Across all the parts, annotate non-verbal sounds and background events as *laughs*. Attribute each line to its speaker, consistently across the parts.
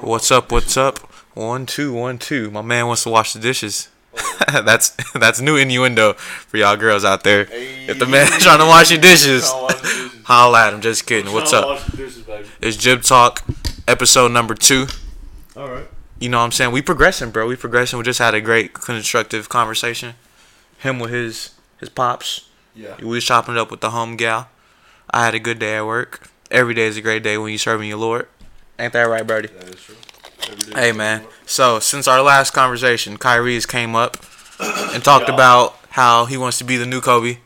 Speaker 1: What's up? What's up? One two one two. My man wants to wash the dishes. *laughs* that's that's new innuendo for y'all girls out there. If the man's trying to wash your dishes, holla at him. Just kidding. What's up? It's Jib Talk, episode number two.
Speaker 2: All right.
Speaker 1: You know what I'm saying? We progressing, bro. We progressing. We just had a great constructive conversation. Him with his his pops.
Speaker 2: Yeah.
Speaker 1: We was chopping it up with the home gal. I had a good day at work. Every day is a great day when you serving your Lord. Ain't that right, Birdie?
Speaker 2: That is true. Every day
Speaker 1: Hey
Speaker 2: is
Speaker 1: man.
Speaker 2: different.
Speaker 1: So since our last conversation, Kyrie's came up and talked about how he wants to be the new Kobe.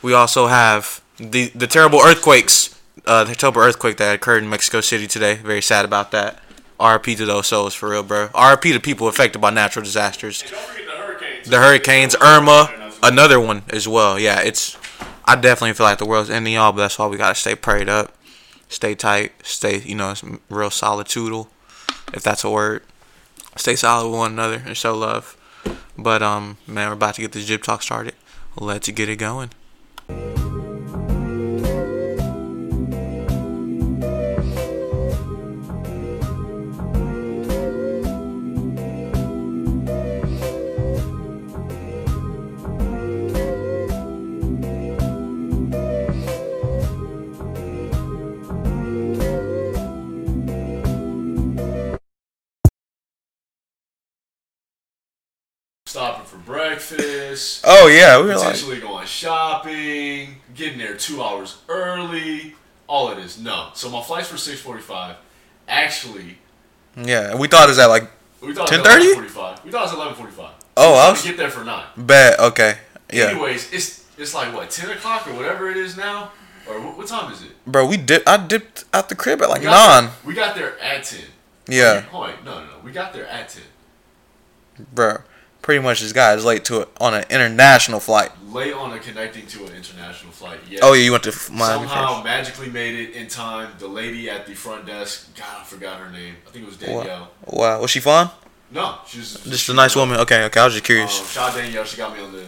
Speaker 1: We also have the the terrible earthquakes, uh, the terrible earthquake that occurred in Mexico City today. Very sad about that. RP to those souls for real, bro. RP to people affected by natural disasters.
Speaker 3: Don't forget the hurricanes.
Speaker 1: The hurricanes, Irma, another one as well. Yeah, it's. I definitely feel like the world's ending, y'all. But that's why we gotta stay prayed up, stay tight, stay you know some real solitudal, if that's a word. Stay solid with one another and show love. But um, man, we're about to get this jib talk started. Let's get it going.
Speaker 3: Stopping for breakfast.
Speaker 1: Oh yeah, we
Speaker 3: Potentially going shopping. Getting there two hours early. All it is. No. So my flights were 6:45. Actually,
Speaker 1: yeah, we thought it was at like
Speaker 3: we thought
Speaker 1: 10:30?
Speaker 3: it was 11:45. We thought it was 11:45.
Speaker 1: Oh, I
Speaker 3: I
Speaker 1: was-
Speaker 3: get there for nine.
Speaker 1: bad. Okay,
Speaker 3: Anyways, it's it's like what 10 o'clock or whatever it is now. Or what, what time is it?
Speaker 1: bro, we dip. I dipped out the crib at like
Speaker 3: We got there- we got there at 10. Hold on, no, no, no. We got there at 10.
Speaker 1: bro. Pretty much, this guy is late to it on an international flight.
Speaker 3: Late on a connecting to an international flight. Yes.
Speaker 1: Oh yeah, you went to f- Miami
Speaker 3: Somehow
Speaker 1: first.
Speaker 3: magically made it in time. The lady at the front desk, God, I forgot her name. I think it was Danielle.
Speaker 1: Wow. wow, was she fun?
Speaker 3: No, she was just,
Speaker 1: Just a nice woman. Okay, okay, I was just
Speaker 3: Um,
Speaker 1: curious.
Speaker 3: shout out Danielle. She got me on the,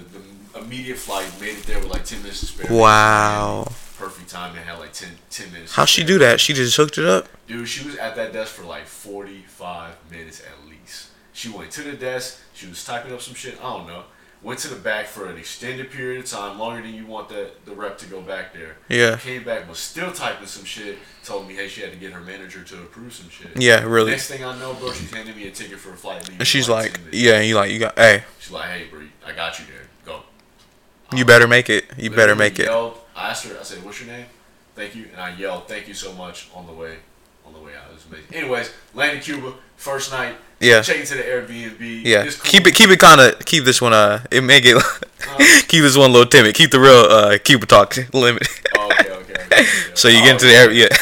Speaker 3: the immediate flight. Made it there with like ten minutes to spare.
Speaker 1: Wow,
Speaker 3: Perfect time and had like 10, 10 minutes. to
Speaker 1: how she
Speaker 3: spare.
Speaker 1: do that? She just hooked it up.
Speaker 3: Dude, she was at that desk for like forty five minutes at least. She went to the desk. She was typing up some shit. I don't know. Went to the back for an extended period of time, longer than you want the, the rep to go back there.
Speaker 1: Yeah,
Speaker 3: Came back, was still typing some shit. Told me, hey, she had to get her manager to approve some shit.
Speaker 1: yeah, really.
Speaker 3: Next thing I know, bro, she's handing me a ticket for a flight. leaving in,
Speaker 1: And she's like,
Speaker 3: 10 minutes.
Speaker 1: yeah, you like you got. Hey,
Speaker 3: She's like, hey, bro, I got you there. Go.
Speaker 1: you better make it. You better
Speaker 3: Literally
Speaker 1: make it.
Speaker 3: Yelled, I asked her. I said, what's your name? Thank you. And I yelled, thank you so much on the way, on the way out. It was amazing. Anyways, landed Cuba first night.
Speaker 1: Yeah.
Speaker 3: Check into the Airbnb.
Speaker 1: Yeah,
Speaker 3: It's cool.
Speaker 1: keep it, keep it kind of, keep this one. Uh, it *laughs* may get, keep this one a little timid. Keep the real, uh, Cuba talk *laughs* limit.
Speaker 3: Oh, okay, okay, okay, okay.
Speaker 1: *laughs* so you
Speaker 3: Oh,
Speaker 1: get into the area. Yeah, *laughs*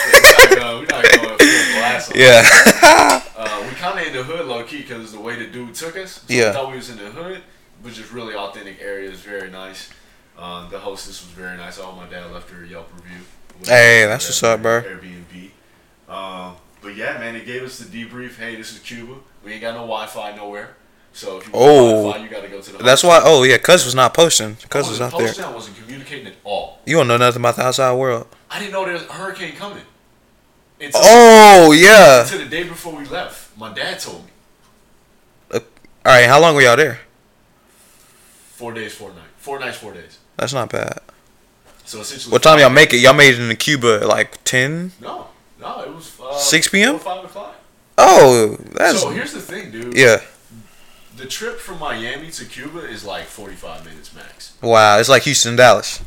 Speaker 3: We're not going- we're not going full blast on
Speaker 1: yeah. *laughs*
Speaker 3: Uh, we kind of in the hood low key because the way the dude took us. So
Speaker 1: Yeah.
Speaker 3: We thought we was in the hood, but just really authentic areas. Very nice. Um, the hostess was very nice. All my dad left her a Yelp review.
Speaker 1: Hey, that's what's up, bro.
Speaker 3: Airbnb. Um, but yeah, man, they gave us the debrief. Hey, this is Cuba. We ain't got no Wi Fi nowhere. So if you want
Speaker 1: Oh.
Speaker 3: Wi Fi, you got to go to the.
Speaker 1: That's why. Oh yeah, Cuz was not posting. Cuz was
Speaker 3: not
Speaker 1: not there.
Speaker 3: I wasn't communicating at all.
Speaker 1: You don't know nothing about the outside world.
Speaker 3: I didn't know there was a hurricane coming. Until,
Speaker 1: Oh yeah.
Speaker 3: until the day before we left, my dad told me
Speaker 1: All right, how long were y'all there?
Speaker 3: four days, four nights, four nights, four days.
Speaker 1: That's not bad.
Speaker 3: So essentially,
Speaker 1: What time y'all make it? Y'all made it in Cuba at like ten.
Speaker 3: No, no, it was uh,
Speaker 1: 6 p.m.?
Speaker 3: four, Five o'clock.
Speaker 1: Oh, that's
Speaker 3: So here's the thing, dude.
Speaker 1: yeah.
Speaker 3: The trip from Miami to Cuba is like 45 minutes max.
Speaker 1: Wow, it's like Houston, Dallas.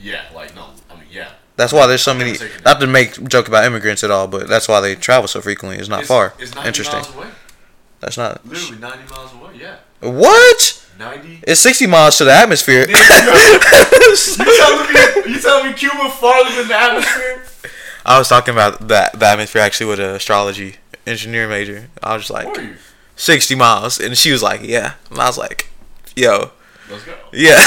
Speaker 3: Yeah, like no, I mean yeah.
Speaker 1: That's why there's so many. Not to make joke about immigrants at all, but that's why they travel so frequently. It's not
Speaker 3: It's-
Speaker 1: far.
Speaker 3: It's 90
Speaker 1: Interesting.
Speaker 3: miles away.
Speaker 1: That's not.
Speaker 3: Literally 90 miles away. Yeah,
Speaker 1: What? *laughs*
Speaker 3: 90.
Speaker 1: It's sixty miles to the atmosphere. *laughs*
Speaker 3: you telling me you telling me Cuba farther than the atmosphere?
Speaker 1: *laughs* I was talking about that the atmosphere actually with an astrology engineer major. I was just
Speaker 3: Where are
Speaker 1: like
Speaker 3: you?
Speaker 1: sixty miles, and she was like, yeah, and I was like, yo.
Speaker 3: Let's go.
Speaker 1: Yeah.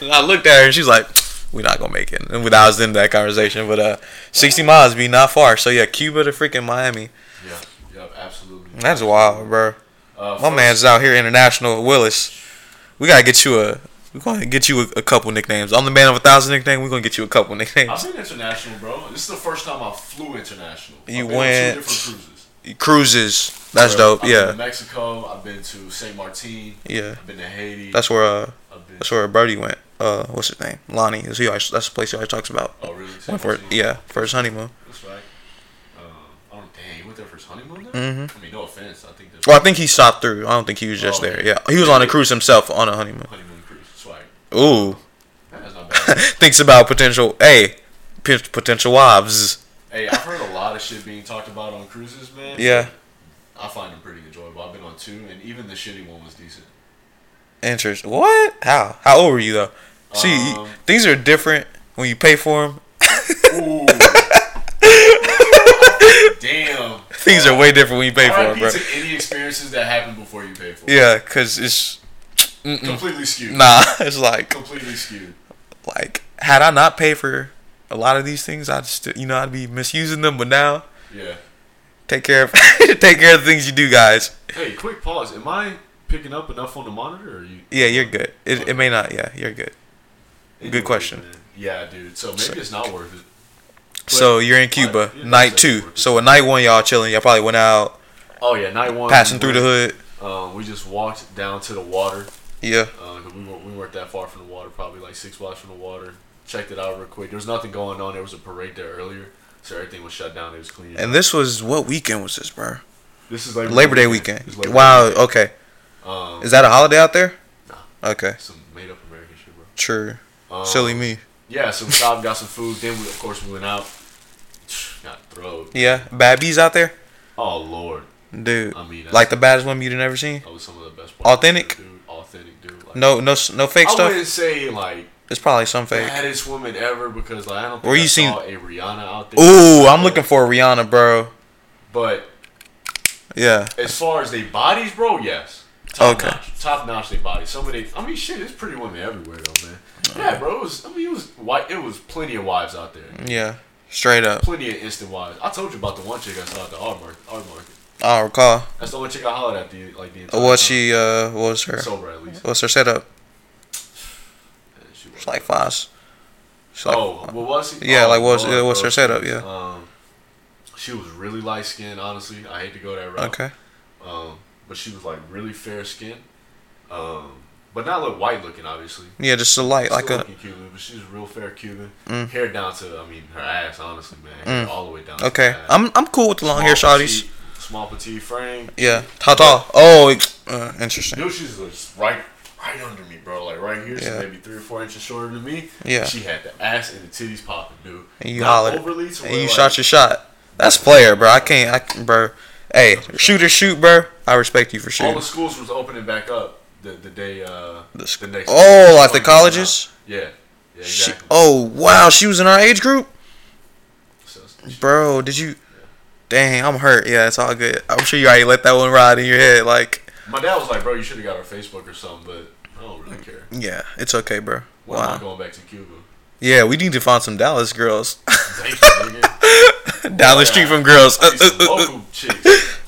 Speaker 1: and *laughs* I looked at her and she's like, we're not gonna make it. And without was in that conversation, but uh, 60 miles be not far. So yeah, Cuba to freaking Miami.
Speaker 3: Yeah, yeah, absolutely.
Speaker 1: That's wild, bro.
Speaker 3: Uh,
Speaker 1: My
Speaker 3: first-
Speaker 1: man's out here international Willis. We gotta get you a. We're gonna get you a, a couple nicknames. I'm the man of a thousand nicknames. We're gonna get you a couple nicknames.
Speaker 3: I've been international, bro. This is the first time I flew international.
Speaker 1: You
Speaker 3: I've been on
Speaker 1: went-
Speaker 3: two different cruises.
Speaker 1: Cruises. That's
Speaker 3: Bro,
Speaker 1: dope.
Speaker 3: I've
Speaker 1: Yeah.
Speaker 3: Been to Mexico. I've been to Saint Martin.
Speaker 1: Yeah.
Speaker 3: I've been to Haiti.
Speaker 1: That's where uh
Speaker 3: I've been.
Speaker 1: that's where Birdie went. Uh what's his name? Lonnie. Is he always, that's the place he always talks about.
Speaker 3: Oh really? Saint
Speaker 1: Went for
Speaker 3: Martin?
Speaker 1: yeah, for his honeymoon.
Speaker 3: That's right. Um, I don't. Dang, you went there for his honeymoon. There?
Speaker 1: Mhm.
Speaker 3: I mean, no offense. I think that's
Speaker 1: Well, I think he stopped through. I don't think he was just
Speaker 3: Oh, okay.
Speaker 1: there. Yeah. He was on a cruise himself on a honeymoon.
Speaker 3: honeymoon cruise. Swag.
Speaker 1: Ooh. *laughs*
Speaker 3: That's not bad.
Speaker 1: Thinks about potential hey, p- potential wives.
Speaker 3: hey, I've heard a lot of shit being talked about on cruises, man.
Speaker 1: Yeah.
Speaker 3: I find them pretty enjoyable. I've been on two, and even the shitty one
Speaker 1: *laughs*
Speaker 3: was decent.
Speaker 1: Interest. What? How? How old were you though? See, you-
Speaker 3: Um,
Speaker 1: things are different when you pay for them.
Speaker 3: Ooh. Damn.
Speaker 1: *laughs* Things are way different when you pay for them,
Speaker 3: RIP
Speaker 1: bro.
Speaker 3: to any experiences that happened before you paid for it.
Speaker 1: Yeah, cause it's mm-mm. *laughs*
Speaker 3: Completely skewed.
Speaker 1: nah. It's like
Speaker 3: Completely skewed.
Speaker 1: like had I not paid for a lot of these things, I'd still you know I'd be misusing them. But now
Speaker 3: Yeah.
Speaker 1: take care of *laughs* take care of the things you do, guys.
Speaker 3: Hey, quick pause. Am I picking up enough on the monitor? Or are you?
Speaker 1: Yeah, you're good. It, it may not. Yeah, you're good.
Speaker 3: Anyway,
Speaker 1: question.
Speaker 3: man. Yeah, dude. So maybe it's not worth it.
Speaker 1: so you're in Cuba,
Speaker 3: but you're
Speaker 1: night
Speaker 3: not
Speaker 1: two.
Speaker 3: safe for it.
Speaker 1: So at night one, y'all chilling. Y'all probably went out,
Speaker 3: Oh yeah, night one.
Speaker 1: passing
Speaker 3: we
Speaker 1: through the hood.
Speaker 3: went, Um, we just walked down to the water.
Speaker 1: Yeah,
Speaker 3: Uh, 'cause we weren't we weren't that far from the water, probably like six blocks from the water. Checked it out real quick. There was nothing going on. There was a parade there earlier, so everything was shut down. It was clean.
Speaker 1: and this was what weekend was this, bro?
Speaker 3: this is Labor,
Speaker 1: Labor Day weekend.
Speaker 3: It's Labor Day
Speaker 1: Wow.
Speaker 3: weekend.
Speaker 1: Okay,
Speaker 3: Um,
Speaker 1: is that a holiday out there?
Speaker 3: No.
Speaker 1: Okay,
Speaker 3: some made up American shit, bro.
Speaker 1: true.
Speaker 3: Um,
Speaker 1: Silly me.
Speaker 3: Yeah, so we stopped, got some food. Then we, of course, we went out. *sighs* Got throat.
Speaker 1: Yeah, bad bees out there,
Speaker 3: Oh lord.
Speaker 1: dude.
Speaker 3: I mean, that's-
Speaker 1: Like the baddest woman you'd ever seen.
Speaker 3: That was some of the best parts.
Speaker 1: Authentic?
Speaker 3: Dude, authentic, dude. Like,
Speaker 1: No, no, s- no fake
Speaker 3: I
Speaker 1: stuff.
Speaker 3: wouldn't say like
Speaker 1: It's probably some fake.
Speaker 3: baddest woman ever because like I don't. Think
Speaker 1: Were
Speaker 3: I
Speaker 1: you seeing-
Speaker 3: saw a Rihanna out there?
Speaker 1: Ooh, I'm looking for Rihanna, bro.
Speaker 3: But
Speaker 1: Yeah,
Speaker 3: as far as they bodies, bro, yes. Top
Speaker 1: Okay.
Speaker 3: Notch, top notch they bodies. Some of they. I mean, shit, it's pretty women everywhere though, man. Yeah, bro. It was. I mean, it was white. It was plenty of wives out there.
Speaker 1: yeah, straight up.
Speaker 3: Plenty of instant wives. I told you about the one chick I saw at the art market. Art market.
Speaker 1: I don't recall.
Speaker 3: That's the one chick I hollered at the like the entire
Speaker 1: What
Speaker 3: time.
Speaker 1: she? Uh, what was her?
Speaker 3: sober at least.
Speaker 1: What's her setup?
Speaker 3: And she was
Speaker 1: It's like Foz. She's like,
Speaker 3: oh, what was he?
Speaker 1: yeah,
Speaker 3: Oh,
Speaker 1: like what's
Speaker 3: Lord,
Speaker 1: uh, what's
Speaker 3: bro.
Speaker 1: her setup? Yeah.
Speaker 3: Um, she was really light skinned. Honestly, I hate to go that route.
Speaker 1: Okay.
Speaker 3: Um, but she was like really fair skinned. Um, but not look white looking, obviously.
Speaker 1: Yeah, just a light,
Speaker 3: Still
Speaker 1: like a.
Speaker 3: looking Cuban, but she's real fair Cuban.
Speaker 1: Mm.
Speaker 3: Hair down to, I mean, her ass. Honestly, man, Hair all the way down.
Speaker 1: Okay,
Speaker 3: to her ass.
Speaker 1: I'm I'm cool with the long hair,
Speaker 3: Small
Speaker 1: shotties.
Speaker 3: petite- Small petite frame.
Speaker 1: Yeah. How tall? Oh, it- uh, interesting.
Speaker 3: Dude, she's just right, right under me, bro. Like right here,
Speaker 1: Yeah.
Speaker 3: she's maybe three or four inches shorter than me.
Speaker 1: Yeah.
Speaker 3: She had the ass and the titties popping, dude.
Speaker 1: And you
Speaker 3: Not
Speaker 1: hollered,
Speaker 3: overly to
Speaker 1: and
Speaker 3: where,
Speaker 1: you
Speaker 3: like-
Speaker 1: shot your shot. That's player, bro. I can't, I can, bro. Hey, shoot or shoot, bro. I respect you for
Speaker 3: All
Speaker 1: shooting.
Speaker 3: the schools was opening back up the, the day. Uh,
Speaker 1: The sc-
Speaker 3: the next.
Speaker 1: Oh, like the
Speaker 3: Yeah.
Speaker 1: colleges.
Speaker 3: Yeah. Yeah,
Speaker 1: She,
Speaker 3: exactly.
Speaker 1: oh wow, she was in our age group,
Speaker 3: So,
Speaker 1: bro. Did you? Dang, I'm hurt. Yeah, it's all good. I'm sure you already let that one ride in your head. Like,
Speaker 3: my dad was like, "Bro, you should have got her Facebook or something," but I don't really care.
Speaker 1: yeah, it's okay, bro.
Speaker 3: Why am I
Speaker 1: Wow.
Speaker 3: going back to Cuba?
Speaker 1: Yeah, we need to find some Dallas girls
Speaker 3: Thank you, nigga.
Speaker 1: down the street from girls. Uh,
Speaker 3: Get
Speaker 1: uh,
Speaker 3: some
Speaker 1: uh, uh,
Speaker 3: local chicks.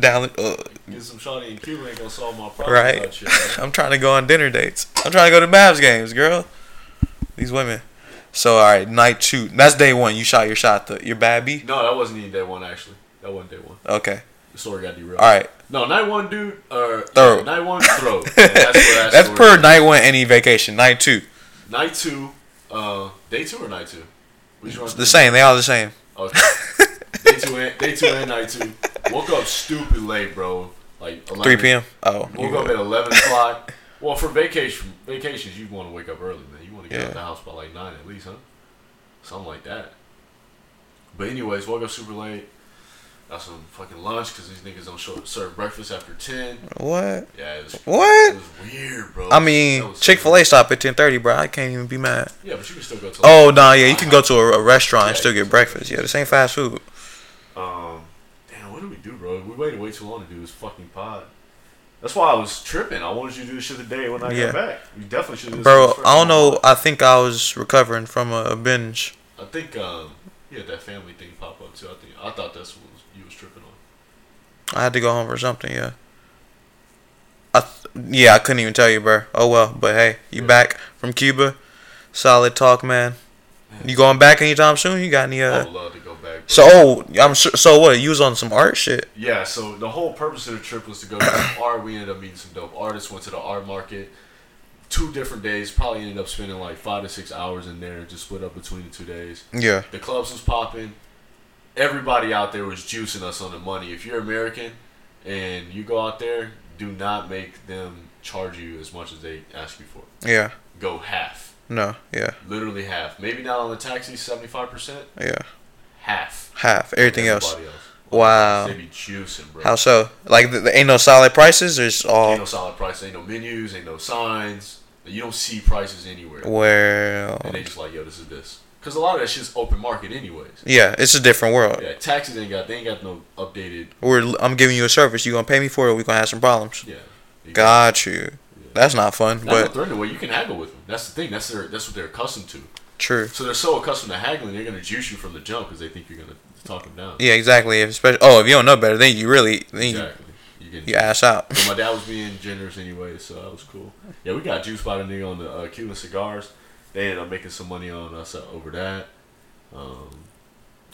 Speaker 1: down. the- Uh,
Speaker 3: Get some shawty in Cuba ain't gonna solve my problem.
Speaker 1: Right.
Speaker 3: about shit, man.
Speaker 1: I'm trying to go on dinner dates. I'm trying to go to Mavs games, girl. These women. So all right, night two. That's day one. You shot your shot. The, your babby.
Speaker 3: No, that wasn't even day one actually. That wasn't day one.
Speaker 1: Okay.
Speaker 3: The story got derailed.
Speaker 1: All right.
Speaker 3: No, night one, dude. Uh,
Speaker 1: Throw.
Speaker 3: yeah, night one,
Speaker 1: *laughs*
Speaker 3: throw. Yeah, that's where
Speaker 1: That's
Speaker 3: story
Speaker 1: per
Speaker 3: is.
Speaker 1: night one. Any vacation. Night two.
Speaker 3: Night two, uh, day two or night two? Which one?
Speaker 1: The same. They all the
Speaker 3: *laughs*
Speaker 1: same.
Speaker 3: Okay. day two and day two and night two. Woke up stupid late, bro. Like 11,
Speaker 1: Three p.m. Oh. you
Speaker 3: Woke up
Speaker 1: good.
Speaker 3: at eleven o'clock. Well, for vacation vacations, you want to wake up early, man. You want to get
Speaker 1: Yeah.
Speaker 3: out the house by like nine at least, huh? Something like that. But anyways, woke up super late. Got some fucking lunch because these niggas don't show, serve breakfast after ten.
Speaker 1: What?
Speaker 3: Yeah, it was,
Speaker 1: What?
Speaker 3: It was weird, bro.
Speaker 1: I
Speaker 3: Oh, That
Speaker 1: mean,
Speaker 3: was so
Speaker 1: Chick Fil A stop at ten thirty, bro. I can't even be mad.
Speaker 3: weird. Yeah, but you can still go to.
Speaker 1: Oh nah, yeah. You can go to a, a restaurant and still get breakfast. Yeah, this ain't fast food.
Speaker 3: Um, damn, what did we do, bro? We waited way too long to do this fucking pod. That's why I was tripping. I wanted you to do this shit today when I
Speaker 1: Yeah.
Speaker 3: got back. You definitely should. have
Speaker 1: Bro, I don't know. I think I was recovering from a binge.
Speaker 3: I think um, you had that family thing pop up too. I think I thought that's what was, you was tripping on.
Speaker 1: I had to go home for something. Yeah. I th- yeah, I couldn't even tell you, bro. Oh well, but hey, you
Speaker 3: Yeah.
Speaker 1: back from Cuba? Solid talk, man. You going back anytime soon? You got any?
Speaker 3: I
Speaker 1: Uh,
Speaker 3: would love to go back. back.
Speaker 1: So oh, I'm sure. So what? You was on some art shit.
Speaker 3: Yeah, so the whole purpose of the *coughs* trip was to go to some art. We ended up meeting some dope artists. Went to the art market. Two different days. Probably ended up spending like five to six hours in there, just split up between the two days.
Speaker 1: Yeah.
Speaker 3: The clubs was popping. Everybody out there was juicing us on the money. If you're American and you go out there, do not make them charge you as much as they ask you for.
Speaker 1: Yeah.
Speaker 3: Go half,
Speaker 1: No. Yeah.
Speaker 3: literally half. Maybe not on the taxi, seventy-five percent,
Speaker 1: Yeah.
Speaker 3: half.
Speaker 1: Half. Everything else.
Speaker 3: Everybody
Speaker 1: Wow.
Speaker 3: They be juicing, bro.
Speaker 1: How so? Like, th- th- ain't no solid prices. There's
Speaker 3: Ain't
Speaker 1: all
Speaker 3: no solid price. Ain't no menus. Ain't no signs. You don't see prices anywhere.
Speaker 1: well.
Speaker 3: And they just like, yo, this is this. Cause a lot of that shit's open market anyways.
Speaker 1: Yeah, it's a different world.
Speaker 3: Yeah, taxes ain't got. They ain't got no updated.
Speaker 1: We're I'm giving you a service. You gonna pay me for it? or We gonna have some problems.
Speaker 3: Yeah. You
Speaker 1: Got you. That's not fun,
Speaker 3: Not
Speaker 1: but
Speaker 3: but threaten the way you can haggle with them. That's the thing. That's their. That's what they're accustomed to.
Speaker 1: true.
Speaker 3: So they're so accustomed to haggling, they're gonna juice you from the jump because they think you're gonna talk them down.
Speaker 1: Yeah, exactly. If especially oh, if you don't know better, then you really then you,
Speaker 3: Exactly. You can.
Speaker 1: you ass out.
Speaker 3: But my dad was being generous anyway, so that was cool. Yeah, we got juiced by the nigga on the uh, Cuban cigars. They ended up making some money on us uh, over that. Um,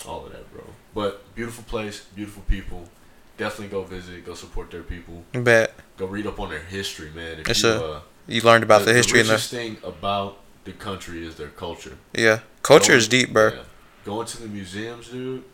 Speaker 3: all of that, bro. But beautiful place, beautiful people. Definitely go visit. Go support their people.
Speaker 1: But
Speaker 3: Go read up on their history, man. If
Speaker 1: Yes,
Speaker 3: you,
Speaker 1: sir.
Speaker 3: uh,
Speaker 1: you learned about the, history and the
Speaker 3: richest thing about the country is their culture.
Speaker 1: yeah culture is deep, bro.
Speaker 3: Yeah. Going to the museums, dude,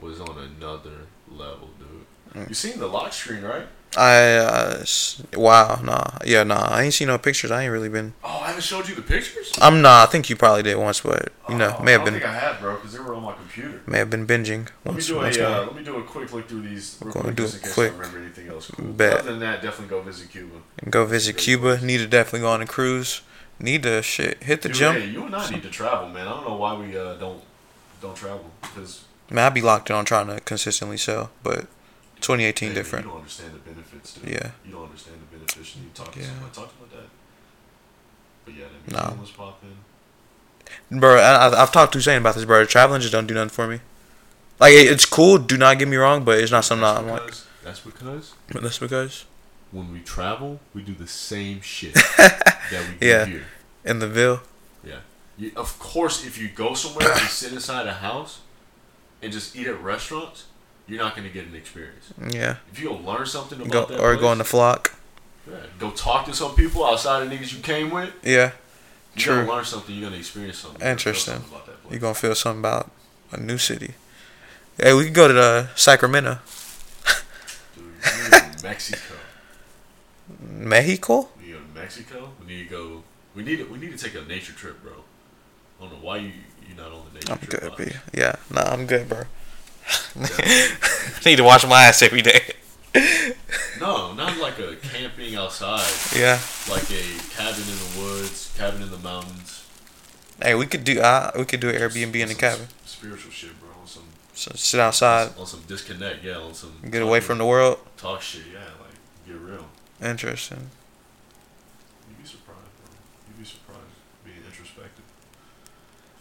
Speaker 3: was on another level, dude.
Speaker 1: Mm.
Speaker 3: You seen the lock screen, right?
Speaker 1: I uh, s- wow nah yeah nah I ain't seen no pictures. I ain't really been.
Speaker 3: Oh, I haven't showed you the pictures.
Speaker 1: I'm nah. I think you probably did once, but you know
Speaker 3: Oh,
Speaker 1: may have
Speaker 3: I don't
Speaker 1: been
Speaker 3: think I have, bro, because they were on my computer.
Speaker 1: may have been binging
Speaker 3: Let me
Speaker 1: once.
Speaker 3: do
Speaker 1: once
Speaker 3: a
Speaker 1: more.
Speaker 3: uh, let me do a quick look through these. Real
Speaker 1: gonna
Speaker 3: quick,
Speaker 1: do
Speaker 3: just
Speaker 1: a
Speaker 3: in case
Speaker 1: quick
Speaker 3: I remember anything else. Cool.
Speaker 1: bet.
Speaker 3: Other than that, definitely go visit Cuba.
Speaker 1: Go visit Cuba. Need to definitely go on a cruise. Need to shit hit the
Speaker 3: Dude,
Speaker 1: gym.
Speaker 3: Hey, you and I need to travel, man. I don't know why we uh, don't don't travel because
Speaker 1: Man, I be locked in on trying to consistently sell, but 2018
Speaker 3: hey,
Speaker 1: different.
Speaker 3: You don't understand the benefits, dude.
Speaker 1: Yeah.
Speaker 3: You don't understand the benefits. You need to talk to
Speaker 1: Yeah.
Speaker 3: somebody. Talk about that. But yeah, that
Speaker 1: No.
Speaker 3: museum was popping.
Speaker 1: Bro, I, I- I've talked to Shane about this, bro. Traveling just don't do nothing for me. Like it, it's cool. Do not get me wrong, but it's not something that
Speaker 3: that's
Speaker 1: I'm like.
Speaker 3: because, that's because
Speaker 1: But that's because
Speaker 3: when we travel, we do the
Speaker 1: *laughs*
Speaker 3: same shit that we do
Speaker 1: Yeah.
Speaker 3: here.
Speaker 1: in the Ville,
Speaker 3: You, of course, if you go somewhere and sit inside a house and just eat at restaurants, you're not going to get an experience.
Speaker 1: yeah,
Speaker 3: If you don't learn something about
Speaker 1: go
Speaker 3: that,
Speaker 1: or go on the
Speaker 3: place,
Speaker 1: flock,
Speaker 3: yeah, go talk to some people outside of niggas you came with.
Speaker 1: yeah.
Speaker 3: You're
Speaker 1: True.
Speaker 3: gonna learn something. You're gonna experience something. You're gonna feel
Speaker 1: Interesting.
Speaker 3: something about that place.
Speaker 1: You're gonna feel something about a new city. Hey, we can go to the Sacramento,
Speaker 3: Dude, we need to go to Mexico.
Speaker 1: Mexico.
Speaker 3: We need to go to Mexico. We need to go. We need to, we need to take a nature trip, bro. I don't know why you you're not on the nature
Speaker 1: I'm
Speaker 3: trip.
Speaker 1: good,
Speaker 3: vibes.
Speaker 1: B. Yeah, nah, I'm good, bro. *laughs* Need to wash my ass every day.
Speaker 3: No, not like a camping outside,
Speaker 1: *laughs* Yeah.
Speaker 3: like a cabin in the woods, cabin in the mountains.
Speaker 1: Hey, we could do uh, we could do an Airbnb in the
Speaker 3: Some
Speaker 1: cabin.
Speaker 3: s- Spiritual shit, bro. On some
Speaker 1: So sit outside,
Speaker 3: on some disconnect, yeah. On some
Speaker 1: get away from the world.
Speaker 3: talk shit, yeah. Like get real.
Speaker 1: Interesting.
Speaker 3: You'd be surprised, bro. You'd be surprised being introspective.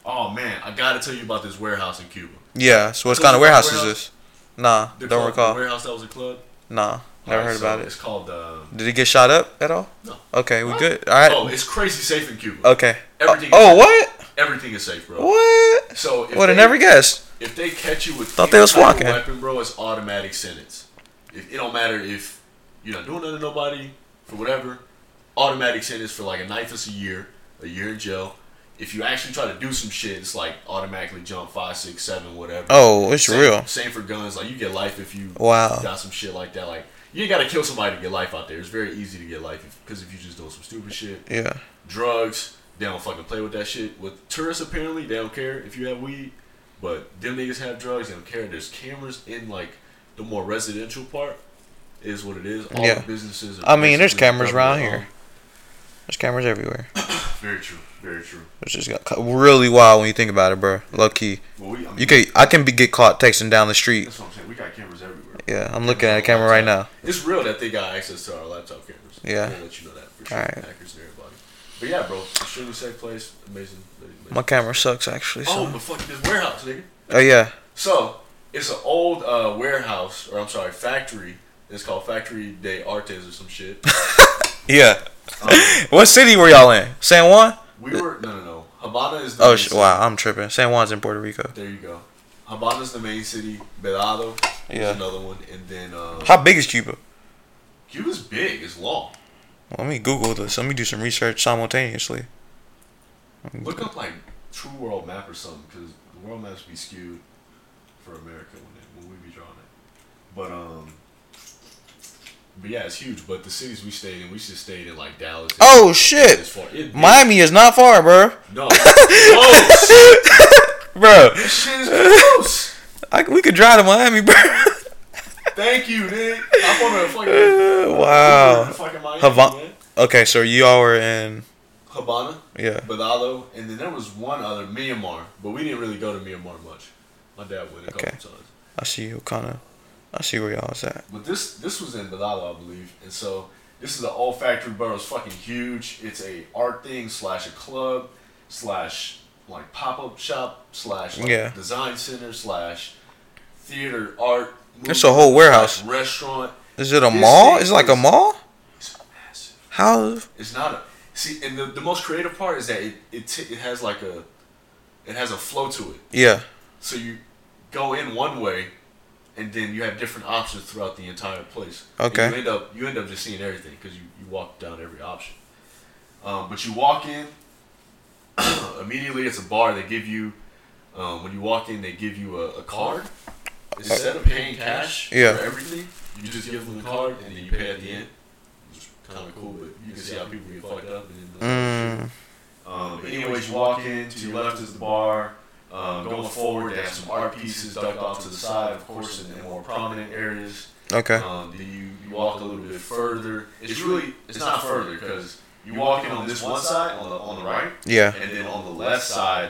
Speaker 3: Oh man, I gotta tell you about this warehouse in Cuba.
Speaker 1: Yeah. So what
Speaker 3: So
Speaker 1: kind
Speaker 3: it's a
Speaker 1: of warehouse is
Speaker 3: warehouse?
Speaker 1: this? Nah,
Speaker 3: The
Speaker 1: don't
Speaker 3: club-
Speaker 1: recall.
Speaker 3: The warehouse that was a club.
Speaker 1: Nah, never
Speaker 3: Alright,
Speaker 1: heard
Speaker 3: so
Speaker 1: about it.
Speaker 3: It's called. Um,
Speaker 1: Did it get shot up at all?
Speaker 3: No.
Speaker 1: Okay, we
Speaker 3: What?
Speaker 1: good. All right.
Speaker 3: Oh, it's crazy safe in Cuba.
Speaker 1: okay.
Speaker 3: everything
Speaker 1: Oh,
Speaker 3: is- Oh.
Speaker 1: what?
Speaker 3: Everything is safe, bro.
Speaker 1: What?
Speaker 3: So if
Speaker 1: What? I
Speaker 3: they,
Speaker 1: never guessed.
Speaker 3: if they catch you with
Speaker 1: Thought
Speaker 3: any
Speaker 1: they was
Speaker 3: type of
Speaker 1: flocking.
Speaker 3: weapon, bro, it's automatic sentence. If, it don't matter if you're not doing nothing to nobody for whatever, automatic sentence for like a knife is a year, a year in jail. If you actually try to do some shit, it's like automatically jump five, six, seven, whatever.
Speaker 1: Oh, it's
Speaker 3: same,
Speaker 1: real. Oh,
Speaker 3: Same for guns. Like you get life if you
Speaker 1: Wow.
Speaker 3: got some shit like that. Like you ain't gotta kill somebody to get life out there. It's very easy to get life because if you just doing some stupid shit,
Speaker 1: Yeah.
Speaker 3: drugs. They don't fucking play with that shit. With tourists, apparently, they don't care if you have weed. But them niggas have drugs. They don't care. There's cameras in like the more residential part. Is what it is. All
Speaker 1: Yeah.
Speaker 3: the businesses. Are
Speaker 1: I mean, there's
Speaker 3: basically
Speaker 1: cameras around
Speaker 3: government-owned.
Speaker 1: here. There's cameras everywhere.
Speaker 3: Oh, Very true. Very true.
Speaker 1: Which is got- really wild when you think about it, bro. Low key.
Speaker 3: Well, we, I mean,
Speaker 1: You could I can be get caught texting down the street.
Speaker 3: That's what I'm saying. We got cameras everywhere.
Speaker 1: Yeah, I'm looking at a camera right now.
Speaker 3: It's real that they got access to our laptop cameras.
Speaker 1: Yeah.
Speaker 3: We'll let you know that for sure.
Speaker 1: Alright.
Speaker 3: Hackers and everybody. But yeah, bro. Extremely safe place. Amazing. amazing.
Speaker 1: My camera sucks actually. So.
Speaker 3: oh, but fucking this warehouse, nigga.
Speaker 1: Oh yeah,
Speaker 3: So it's an old uh, warehouse, or I'm sorry, factory. It's called Factory de Artes or some shit.
Speaker 1: yeah.
Speaker 3: Um,
Speaker 1: *laughs* What city were y'all in? San Juan?
Speaker 3: we were no, no, no. Habana is the
Speaker 1: Oh
Speaker 3: main
Speaker 1: sh-
Speaker 3: city.
Speaker 1: wow, I'm tripping. San Juan's in Puerto Rico.
Speaker 3: There you go. Habana's the main city. Vedado is
Speaker 1: Yeah.
Speaker 3: another one, and then uh,
Speaker 1: How big is Cuba?
Speaker 3: Cuba's big. It's long.
Speaker 1: Let me Google this. Let me do some research simultaneously.
Speaker 3: Look up like true world map or something, because the world maps be skewed for America when, it, when we be drawing it. But um, but yeah, it's huge. But the cities we stayed in, we just stayed in like Dallas.
Speaker 1: Oh shit!
Speaker 3: It's far. It,
Speaker 1: Miami is not far, bro. *laughs*
Speaker 3: No. *laughs* Close.
Speaker 1: Bro,
Speaker 3: Shit is close.
Speaker 1: I, we could drive to Miami, bro. *laughs*
Speaker 3: Thank you, nigga. I'm on a fucking.
Speaker 1: wow.
Speaker 3: Fucking Miami,
Speaker 1: Hava-
Speaker 3: man.
Speaker 1: Okay, so you all were in.
Speaker 3: Habana,
Speaker 1: Yeah.
Speaker 3: Badalo, and then there was one other Myanmar, but we didn't really go to Myanmar much. My dad went a couple
Speaker 1: Okay.
Speaker 3: times.
Speaker 1: I see you kind of. I see where y'all was at.
Speaker 3: But this this was in Badalo, I believe, and so this is an olfactory bar. It's fucking huge. It's a art thing slash a club slash like pop up shop slash like
Speaker 1: Yeah.
Speaker 3: design center slash theater art.
Speaker 1: It's
Speaker 3: movie,
Speaker 1: a whole warehouse.
Speaker 3: slash Restaurant.
Speaker 1: Is it a
Speaker 3: This
Speaker 1: mall?
Speaker 3: thing
Speaker 1: Is it like a
Speaker 3: is-
Speaker 1: mall?
Speaker 3: It's massive.
Speaker 1: How?
Speaker 3: It's not a see, and the, the most creative part is that it it, t- it has like a it has a flow to it.
Speaker 1: Yeah.
Speaker 3: So you go in one way, and then you have different options throughout the entire place. And
Speaker 1: Okay.
Speaker 3: you end up you end up just seeing everything because you, you walk down every option. Um, but you walk in *clears throat* immediately. It's a bar. They give you um, when you walk in, they give you a, a card instead of paying cash
Speaker 1: Yeah.
Speaker 3: for everything. You just give them the card and then you pay at the end. It's kind of cool, but you can see how people get fucked up. And
Speaker 1: Mm,
Speaker 3: then um, but anyways, you walk in. To your left is the bar. Um, going forward, they have some art pieces ducked off to the side, of course, in the more prominent areas.
Speaker 1: okay.
Speaker 3: Um, then you, you walk a little bit further. It's really it's not further because you walk in on this one side on the on the right,
Speaker 1: Yeah.
Speaker 3: and then on the left side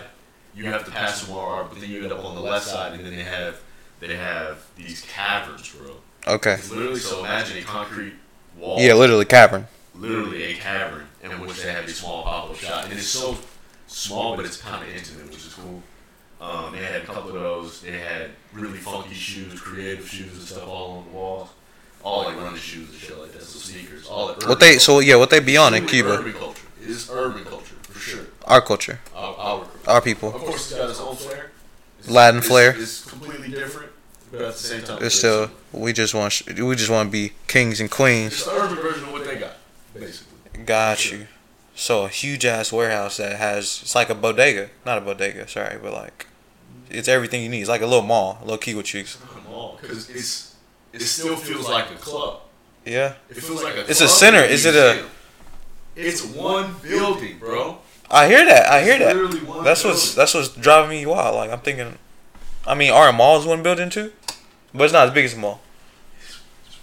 Speaker 3: you have to pass some more art, but then you end up on the left side, and then they have they have these caverns, bro.
Speaker 1: Okay.
Speaker 3: It's literally so imagine a concrete wall
Speaker 1: Yeah, literally cavern.
Speaker 3: literally a cavern in which they have a small pop-up shop. And it's so small, but it's kind of intimate, which is cool. Um, they had a couple of those. They had really funky shoes, creative shoes and stuff all on the walls. All like running shoes and shit like that, so sneakers. All that.
Speaker 1: What they?
Speaker 3: urban
Speaker 1: So yeah, what they be on
Speaker 3: culture.
Speaker 1: in
Speaker 3: Truly
Speaker 1: Cuba?
Speaker 3: Urban culture. It's urban culture for sure.
Speaker 1: Our culture,
Speaker 3: Our, our-
Speaker 1: our
Speaker 3: of
Speaker 1: people.
Speaker 3: course, it's got its own flair. It's-
Speaker 1: Latin
Speaker 3: it's-
Speaker 1: flair.
Speaker 3: It's completely different, but at the same time,
Speaker 1: It's still we just want sh- we just want to be kings and queens.
Speaker 3: it's the urban version of what they got, basically.
Speaker 1: Got you. So a huge ass warehouse that has it's like a bodega, not a bodega, sorry, but like it's everything you need. It's like a little mall, a little Kiwa Cheeks.
Speaker 3: because it's it still feels like a club.
Speaker 1: Yeah.
Speaker 3: It feels like a.
Speaker 1: It's a
Speaker 3: club
Speaker 1: center.
Speaker 3: and
Speaker 1: Is it a-
Speaker 3: museum. It's one building, bro.
Speaker 1: I hear that. I hear
Speaker 3: It's
Speaker 1: that.
Speaker 3: literally one
Speaker 1: That's what's
Speaker 3: building.
Speaker 1: that's what's driving me wild. Like I'm thinking, I mean, are malls one building too? But it's not as big as a mall.
Speaker 3: It's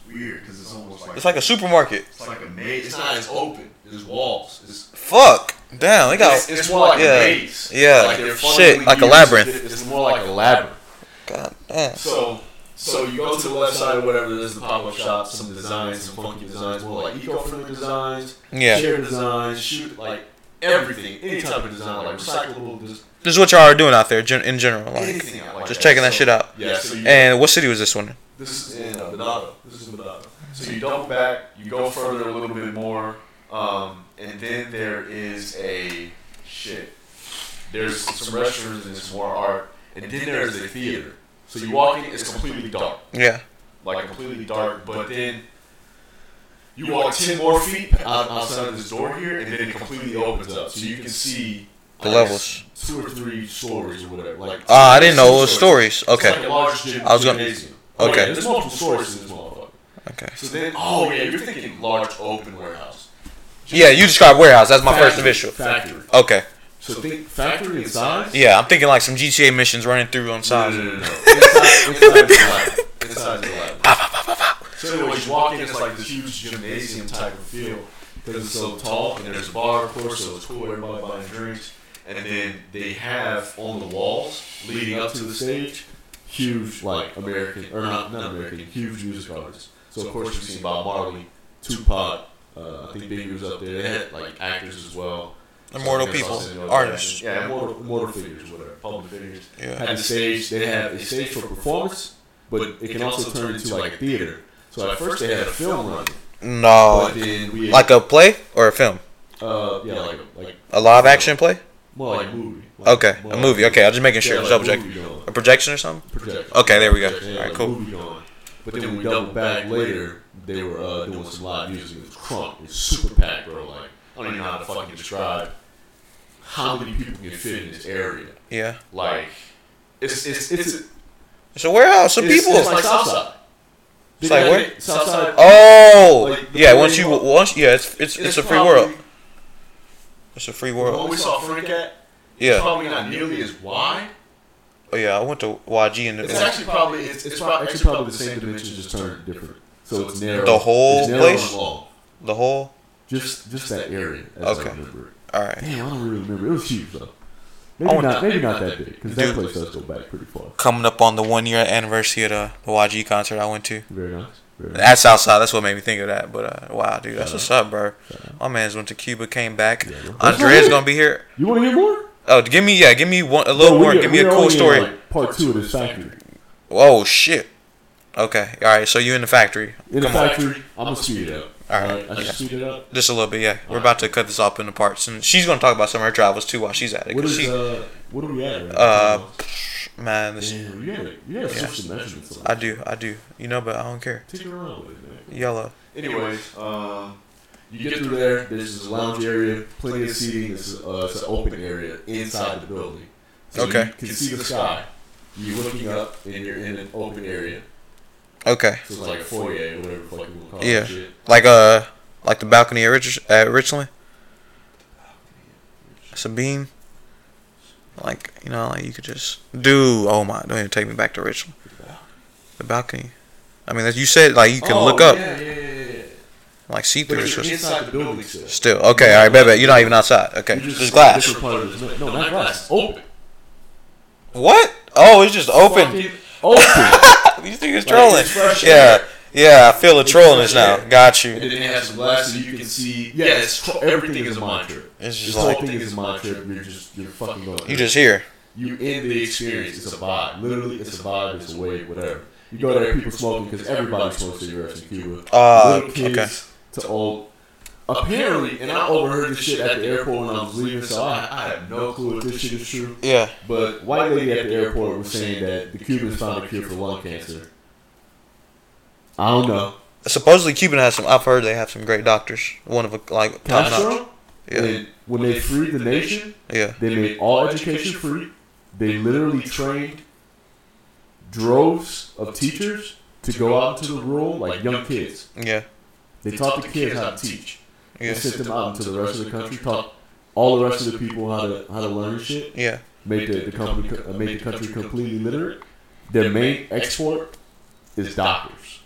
Speaker 3: weird because it's almost like
Speaker 1: It's like a supermarket.
Speaker 3: it's like a maze. It's not as open. There's walls. It's
Speaker 1: Fuck. Damn. They
Speaker 3: it's,
Speaker 1: got.
Speaker 3: it's more like
Speaker 1: yeah.
Speaker 3: a maze.
Speaker 1: Yeah.
Speaker 3: Like they're
Speaker 1: Shit,
Speaker 3: funnily
Speaker 1: like a
Speaker 3: used.
Speaker 1: labyrinth.
Speaker 3: It's more like a labyrinth.
Speaker 1: God damn.
Speaker 3: So, so you go to the left side or whatever. There's the pop-up shop, some designs, some funky designs, more like eco-friendly designs,
Speaker 1: Yeah.
Speaker 3: chair designs, shoot like everything, any type of design, like recyclable, just
Speaker 1: This is what y'all are doing out there gen- in general. Like
Speaker 3: anything. out Like
Speaker 1: just checking that
Speaker 3: So-
Speaker 1: shit out.
Speaker 3: Yeah. So you,
Speaker 1: And what city was this one? in?
Speaker 3: this is in uh, Monado. This is Monado. So you double back, you go further a little bit more, um, and then there is a shit. There's some restaurants and some more art, and then there's a theater. So you walk in, it's completely dark
Speaker 1: Yeah.
Speaker 3: like completely dark, but then you walk 10 more feet out, outside of this door here, and then it completely opens up. So you can see
Speaker 1: The
Speaker 3: I guess,
Speaker 1: levels.
Speaker 3: Two or three stories or whatever. Like,
Speaker 1: Ah, I didn't know it
Speaker 3: two
Speaker 1: was stories.
Speaker 3: It's
Speaker 1: Okay.
Speaker 3: like a large gym,
Speaker 1: I was gonna-
Speaker 3: gymnasium. Oh,
Speaker 1: okay.
Speaker 3: yeah, there's multiple stories in this motherfucker.
Speaker 1: Okay.
Speaker 3: So then, oh yeah, you're thinking large open warehouse.
Speaker 1: Yeah, you described warehouse. That's my first
Speaker 3: Factory.
Speaker 1: initial.
Speaker 3: Factory.
Speaker 1: Okay.
Speaker 3: So think factory in size?
Speaker 1: Yeah, I'm thinking like some GTA missions running through on
Speaker 3: No,
Speaker 1: sides.
Speaker 3: no, no,
Speaker 1: *laughs*
Speaker 3: no. Inside, inside the lab. Inside the lab. So anyways, you walk in, it's like this huge gymnasium type of feel because it's so tall, and there's a bar, of course, so it's cool. Everybody buying drinks, and then they have on the walls leading up to the stage huge like American or not not American, huge music artists. So of course you've seen Bob Marley, Tupac. Uh, I think Biggie was up there. They had like actors as well.
Speaker 1: Immortal
Speaker 3: Something else
Speaker 1: people,
Speaker 3: in there.
Speaker 1: artists.
Speaker 3: Yeah, immortal, immortal figures, whatever, public figures
Speaker 1: Yeah.
Speaker 3: at the stage, they have a stage for performance, but it can also turn into like a theater. So at first they had a film running,
Speaker 1: No,
Speaker 3: but then we
Speaker 1: like a play or a film,
Speaker 3: uh, yeah, like a, like
Speaker 1: a live action play.
Speaker 3: more like a movie.
Speaker 2: Like,
Speaker 1: Okay, a
Speaker 2: well,
Speaker 1: movie. Okay, I'm just making sure.
Speaker 2: Yeah,
Speaker 1: Just
Speaker 2: like
Speaker 1: double check.
Speaker 2: movie going.
Speaker 1: A projection or something?
Speaker 2: Projection.
Speaker 1: Okay, there we go.
Speaker 3: Projection,
Speaker 1: All right,
Speaker 2: like
Speaker 1: cool.
Speaker 2: movie going.
Speaker 3: But then we double back later. They were uh, doing some live music. It was crunk. It's super packed, bro. Like I don't even know how to fucking describe how many people can fit in this area.
Speaker 1: Yeah.
Speaker 3: Like it's it's it's, it's,
Speaker 1: It's a warehouse of
Speaker 3: it's,
Speaker 1: people.
Speaker 3: it's like Southside.
Speaker 1: It's like where?
Speaker 3: what? Southside.
Speaker 1: oh,
Speaker 3: like, the
Speaker 1: yeah.
Speaker 3: free
Speaker 1: Once you
Speaker 3: world.
Speaker 1: once yeah, it's it's it's, a free world. It's a free
Speaker 3: probably- When
Speaker 1: world.
Speaker 3: we saw Frank at, it's
Speaker 1: Yeah.
Speaker 3: probably not nearly as wide.
Speaker 1: Oh yeah. I went to YG and
Speaker 3: It's
Speaker 1: the,
Speaker 3: actually probably it's,
Speaker 2: It's,
Speaker 3: it's,
Speaker 2: prob-
Speaker 3: prob-
Speaker 2: actually
Speaker 3: actually
Speaker 2: probably the same dimensions, just turned different. So it's narrow.
Speaker 1: The whole
Speaker 2: It's narrow
Speaker 1: place?
Speaker 2: and long.
Speaker 3: Long.
Speaker 1: the whole.
Speaker 2: Just just that area. As
Speaker 1: Okay.
Speaker 2: I remember it.
Speaker 1: All right.
Speaker 2: Damn, I don't really remember. It was huge though. Maybe
Speaker 1: want
Speaker 2: not.
Speaker 3: that-
Speaker 2: Maybe not that big because
Speaker 3: Dude.
Speaker 2: that place does go back pretty far.
Speaker 1: Coming up on the one year anniversary of the, the YG concert I went to.
Speaker 2: Very nice. Very nice.
Speaker 1: That's outside. That's what made me think of that. But uh, wow, dude, that's what's up, bro. My man's went to Cuba, came back.
Speaker 2: bro.
Speaker 1: Andrea's gonna be here.
Speaker 2: You want to hear more?
Speaker 1: Oh, give me yeah, give me one a little
Speaker 2: Bro, we
Speaker 1: more.
Speaker 2: get-
Speaker 1: Give me a
Speaker 2: we're
Speaker 1: cool
Speaker 2: only in,
Speaker 1: story.
Speaker 2: like, part two of this factory.
Speaker 1: Whoa, shit. Okay, all right. So you in the factory?
Speaker 2: In the
Speaker 1: Come on,
Speaker 2: factory, I'm gonna speed it up.
Speaker 1: All right.
Speaker 2: I should speed it up.
Speaker 1: just a little bit. Yeah, we're about to cut this off into parts, and she's gonna talk about some of her travels too while she's at it.
Speaker 2: What
Speaker 1: 'cause
Speaker 2: is
Speaker 1: she,
Speaker 2: uh? What are we at? Right
Speaker 1: uh, man, this,
Speaker 2: now? Damn, you gotta, you gotta switch the measurements. on.
Speaker 1: I do, I do. You know, but I don't care.
Speaker 2: Take it around with it, man.
Speaker 1: Yellow.
Speaker 3: Anyways, um,
Speaker 2: uh, You get through there. There's a lounge area, plenty of seating. It's, uh, it's an open area inside the building. So
Speaker 1: Okay.
Speaker 2: You can see the sky. You're looking up, and you're in an open area.
Speaker 1: Okay,
Speaker 2: So it's like a foyer, whatever the fuck you wanna call
Speaker 1: Yeah.
Speaker 2: that shit.
Speaker 1: like uh, like the balcony at, Rich- at Richland. It's a beam. Like you know, like you could just do. Oh my! Don't even take me back to Richland. The balcony. I mean, as you said, like you can
Speaker 3: oh,
Speaker 1: look up,
Speaker 3: Yeah, yeah, yeah, yeah.
Speaker 1: like see
Speaker 3: But
Speaker 1: through.
Speaker 3: you're inside the building still.
Speaker 1: Still okay. All right, bet, bet. You're not even outside. Okay,
Speaker 2: You're just
Speaker 1: there's
Speaker 2: a
Speaker 1: glass.
Speaker 2: different part of this- No, not
Speaker 3: Not
Speaker 2: glass.
Speaker 3: glass.
Speaker 2: Open.
Speaker 1: What? Oh, it's just open.
Speaker 2: Fucking Open.
Speaker 1: You think it's
Speaker 3: Like,
Speaker 1: trolling?
Speaker 3: it's fresh
Speaker 1: Yeah,
Speaker 3: air.
Speaker 1: yeah. I feel the trollingness
Speaker 3: fresh
Speaker 1: now.
Speaker 3: air.
Speaker 1: Got
Speaker 3: And
Speaker 1: you.
Speaker 3: then they have some glass so you can see. Yeah, it's, tro- everything is a mind trip.
Speaker 1: It's
Speaker 2: This
Speaker 1: just
Speaker 2: whole
Speaker 1: like
Speaker 2: thing is a mind trip. You're just you're fucking going.
Speaker 1: you just here.
Speaker 2: you end the experience. It's a vibe. Literally, it's a vibe. It's a wave. Whatever. You go there, people smoking because everybody smokes cigarettes in Cuba.
Speaker 1: Uh,
Speaker 2: Little kids
Speaker 1: okay.
Speaker 2: to old. Apparently, and I overheard this shit at the airport when I was leaving, so I, I have no clue if this shit is true.
Speaker 1: Yeah.
Speaker 2: But white lady at the airport was saying that the Cubans found a cure for lung cancer. I don't know.
Speaker 1: Supposedly Cuban has some. I've heard they have some great doctors. One of a like top notch.
Speaker 2: Castro,
Speaker 1: Yeah,
Speaker 2: when, when they freed the nation,
Speaker 1: yeah.
Speaker 2: They made all education free. They literally trained droves of teachers to go out into the rural, like young kids.
Speaker 1: Yeah.
Speaker 2: They taught the kids how to teach. They
Speaker 1: Yeah.
Speaker 2: sent them out into the rest of the country, taught all the rest of the people how to how to learn shit.
Speaker 1: Yeah.
Speaker 2: Made the, the company uh, made the country completely literate. Their main export is doctors.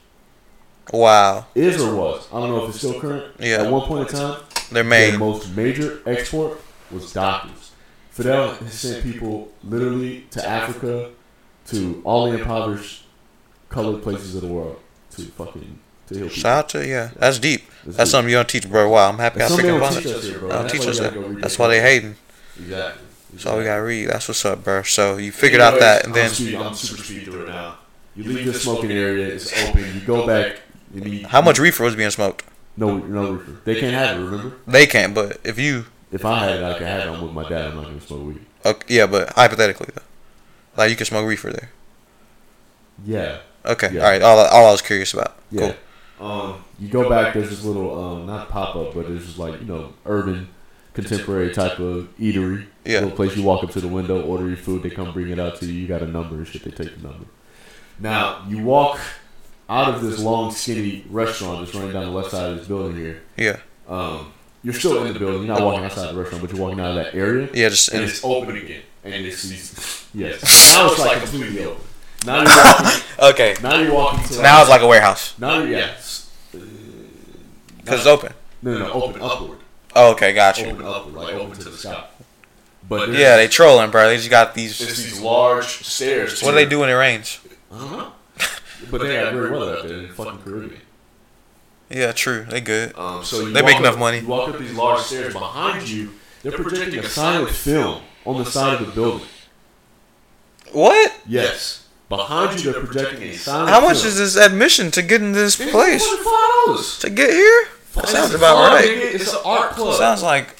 Speaker 1: Wow.
Speaker 2: Is or was? I don't know if it's still current.
Speaker 1: Yeah.
Speaker 2: At one point in time,
Speaker 1: Their
Speaker 2: Their
Speaker 1: main.
Speaker 2: most major export was doctors. Fidel has sent people literally to Africa, to all the impoverished colored places of the world to fucking to heal people.
Speaker 1: Shout out to yeah. That's deep.
Speaker 2: That's
Speaker 1: That's
Speaker 2: deep.
Speaker 1: something you don't teach, bro. Wow. I'm happy I
Speaker 2: And
Speaker 1: picked
Speaker 2: somebody
Speaker 1: up
Speaker 2: don't
Speaker 1: on
Speaker 2: teach
Speaker 1: it.
Speaker 2: us here, bro.
Speaker 1: They don't teach
Speaker 2: why
Speaker 1: us
Speaker 2: you
Speaker 1: that.
Speaker 2: gotta go read
Speaker 1: That's
Speaker 2: that.
Speaker 1: why they hating.
Speaker 3: Exactly.
Speaker 1: That's all we gotta read. That's what's up, bro. So you figured out that, and
Speaker 2: Anyways,
Speaker 1: then
Speaker 2: I'm
Speaker 3: Speed,
Speaker 2: speed-
Speaker 3: I'm super speed through it now.
Speaker 2: You leave the smoking area, it's open. You go back. You need
Speaker 1: how much reefer was being smoked?
Speaker 2: No, no reefer. They can't have it. Remember?
Speaker 1: They can't, but if you,
Speaker 2: If I had it, I could have it. I'm with my dad. I'm not gonna smoke weed.
Speaker 1: okay, yeah, but hypothetically though, like you can smoke reefer there.
Speaker 2: Yeah.
Speaker 1: Okay,
Speaker 2: Yeah.
Speaker 1: all right. All, all I was curious about.
Speaker 2: Yeah.
Speaker 1: Cool.
Speaker 3: Um,
Speaker 2: You go back, there's this little, um, not pop up, but it's just like, you know, urban, contemporary type of eatery.
Speaker 1: Yeah.
Speaker 2: Little place you walk up to the window, order your food, they come bring it out to you. You got a number and shit, they take the number. Now, you walk out of this long, skinny restaurant that's running down the left side of this building here.
Speaker 1: Yeah,
Speaker 2: Um, you're still in the building, you're not walking outside the restaurant, but you're walking out of that area.
Speaker 1: yeah. Just
Speaker 3: and
Speaker 1: and,
Speaker 3: it's open again, and it's these.
Speaker 2: *laughs* Yes. Now it's like completely open. Now you're walking,
Speaker 1: okay.
Speaker 2: now you're walking to
Speaker 1: Now it's like a warehouse
Speaker 2: now you're, yeah.
Speaker 3: Yes.
Speaker 1: because it's open.
Speaker 2: No, no, no,
Speaker 3: Open
Speaker 2: open
Speaker 3: upward.
Speaker 2: upward.
Speaker 1: Oh, okay, got you.
Speaker 3: Open upward, like open to the sky.
Speaker 2: But there's-
Speaker 1: Yeah, they trolling, bro. They just got these.
Speaker 3: It's these large stairs.
Speaker 1: What do they do when it rains?
Speaker 3: I don't know.
Speaker 2: But they got great weather out there in fucking Caribbean.
Speaker 1: Yeah, true. They good.
Speaker 3: Um, so you
Speaker 1: They make
Speaker 3: walk
Speaker 1: enough
Speaker 3: up-
Speaker 1: money.
Speaker 3: You walk up these large stairs behind you.
Speaker 2: They're projecting a silent film on the side of the building.
Speaker 1: What?
Speaker 2: Yes. Behind you, they're projecting a silent
Speaker 1: How much is this admission to get in this place?
Speaker 3: Five dollars.
Speaker 1: To get here? That sounds about right.
Speaker 3: It's an art club.
Speaker 1: Sounds like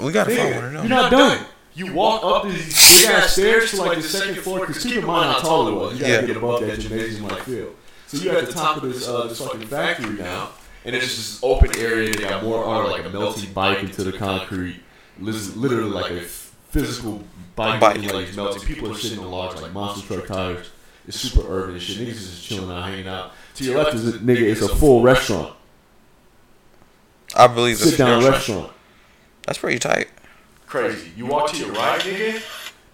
Speaker 1: we gotta find one
Speaker 2: Nigga,
Speaker 1: of
Speaker 2: you're
Speaker 1: them.
Speaker 2: not done.
Speaker 3: you walk up these big ass stairs to like the second floor. Because keep in mind how tall it was. You gotta
Speaker 1: Yeah.
Speaker 3: get above that gymnasium like field. So you're at the top of this uh, this fucking factory now, and it's just this open area. They got more art, like a melting bike into the concrete. Lis- Literally like a f- physical bike,
Speaker 1: Bike.
Speaker 3: that, like is melting. People are sitting in large like monster truck tires. It's super urban and shit. Niggas is just chilling out, hanging out. To your left is a nigga. It's a full restaurant.
Speaker 1: I believe
Speaker 3: Sit
Speaker 1: this.
Speaker 3: down restaurant.
Speaker 1: That's pretty tight.
Speaker 4: Crazy. You walk to your right, nigga.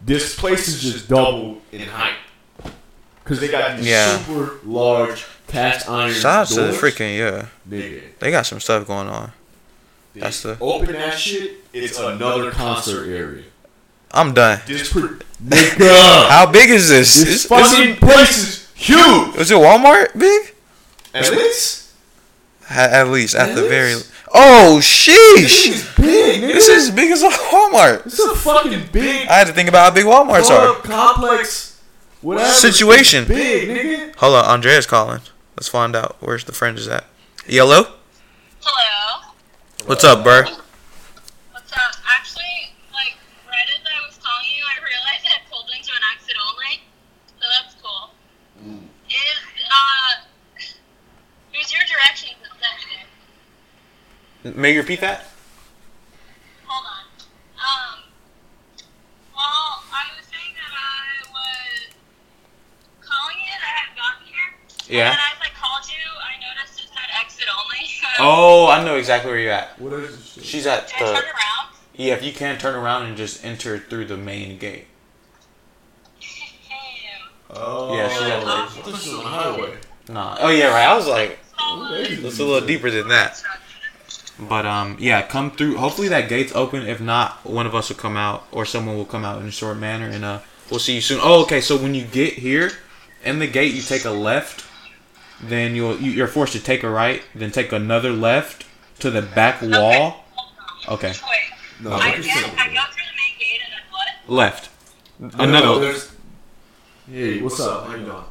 Speaker 3: This place is just double
Speaker 4: in height.
Speaker 3: because they got these
Speaker 1: Yeah.
Speaker 3: super large cast iron
Speaker 1: Shout out to the
Speaker 3: doors.
Speaker 1: freaking yeah.
Speaker 3: nigga.
Speaker 1: They got some stuff going on.
Speaker 3: They
Speaker 1: That's the-
Speaker 3: open that shit. It's another concert area.
Speaker 1: I'm done.
Speaker 3: This
Speaker 1: *laughs*
Speaker 3: pre- *laughs* nigga.
Speaker 1: How big is this?
Speaker 3: This
Speaker 1: Is, is
Speaker 3: fucking place is huge.
Speaker 1: it, is it Walmart big?
Speaker 3: At least
Speaker 1: At, at least, at the
Speaker 3: Yes.
Speaker 1: very. Oh, sheesh!
Speaker 3: it's big. Nigga.
Speaker 1: This is as big as a Walmart.
Speaker 3: This is a fucking big
Speaker 1: I had to think about how big Walmarts
Speaker 3: club
Speaker 1: are.
Speaker 3: complex. Whatever.
Speaker 1: Situation.
Speaker 3: It's Big nigga.
Speaker 1: Hold on, Andrea's calling. Let's find out where's the friend is at. Yellow?
Speaker 2: Hello.
Speaker 1: What's up, bro?
Speaker 2: What's up? Actually, like right as I was calling you, I realized I pulled into an exit only, so that's cool. Mm. Is uh, it was your directions that sent me.
Speaker 1: May you repeat that?
Speaker 2: Hold on. Um. Well, I was saying that I was calling it. I had gotten here.
Speaker 1: Yeah.
Speaker 2: And then as I called you, I noticed it said exit only. So
Speaker 1: Oh, I know exactly where you're at.
Speaker 3: What is this shit?
Speaker 1: She's at
Speaker 2: I turned around. *laughs*
Speaker 1: Yeah, if you can turn around and just enter through the main gate.
Speaker 3: Oh,
Speaker 1: Yeah, she's at
Speaker 3: I
Speaker 1: Lakes.
Speaker 3: thought she was on the highway.
Speaker 1: Nah. Oh yeah, right. I was like,
Speaker 2: So,
Speaker 3: What is
Speaker 1: it's a little deeper than that.
Speaker 2: uh,
Speaker 1: But um, yeah, come through. Hopefully that gate's open. If not, one of us will come out, or someone will come out in a short manner, and uh, we'll see you soon. Oh, okay. So when you get here, in the gate, you take a left, then you'll you, you're forced to take a right, then take another left to the back wall. Okay.
Speaker 2: Wait.
Speaker 3: No,
Speaker 2: I
Speaker 3: what
Speaker 2: get,
Speaker 3: you
Speaker 2: I go
Speaker 3: saying?
Speaker 2: through the main gate and then what?
Speaker 1: Left.
Speaker 3: No,
Speaker 1: Another.
Speaker 3: there's- Hey, what's up? How you doing?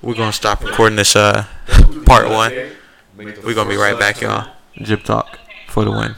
Speaker 1: We're gonna stop recording this uh
Speaker 3: That's what we
Speaker 1: part
Speaker 3: do.
Speaker 1: one.
Speaker 3: Make the
Speaker 1: We're gonna be
Speaker 3: first
Speaker 1: right back,
Speaker 3: lesson.
Speaker 1: y'all. Jip talk for the win.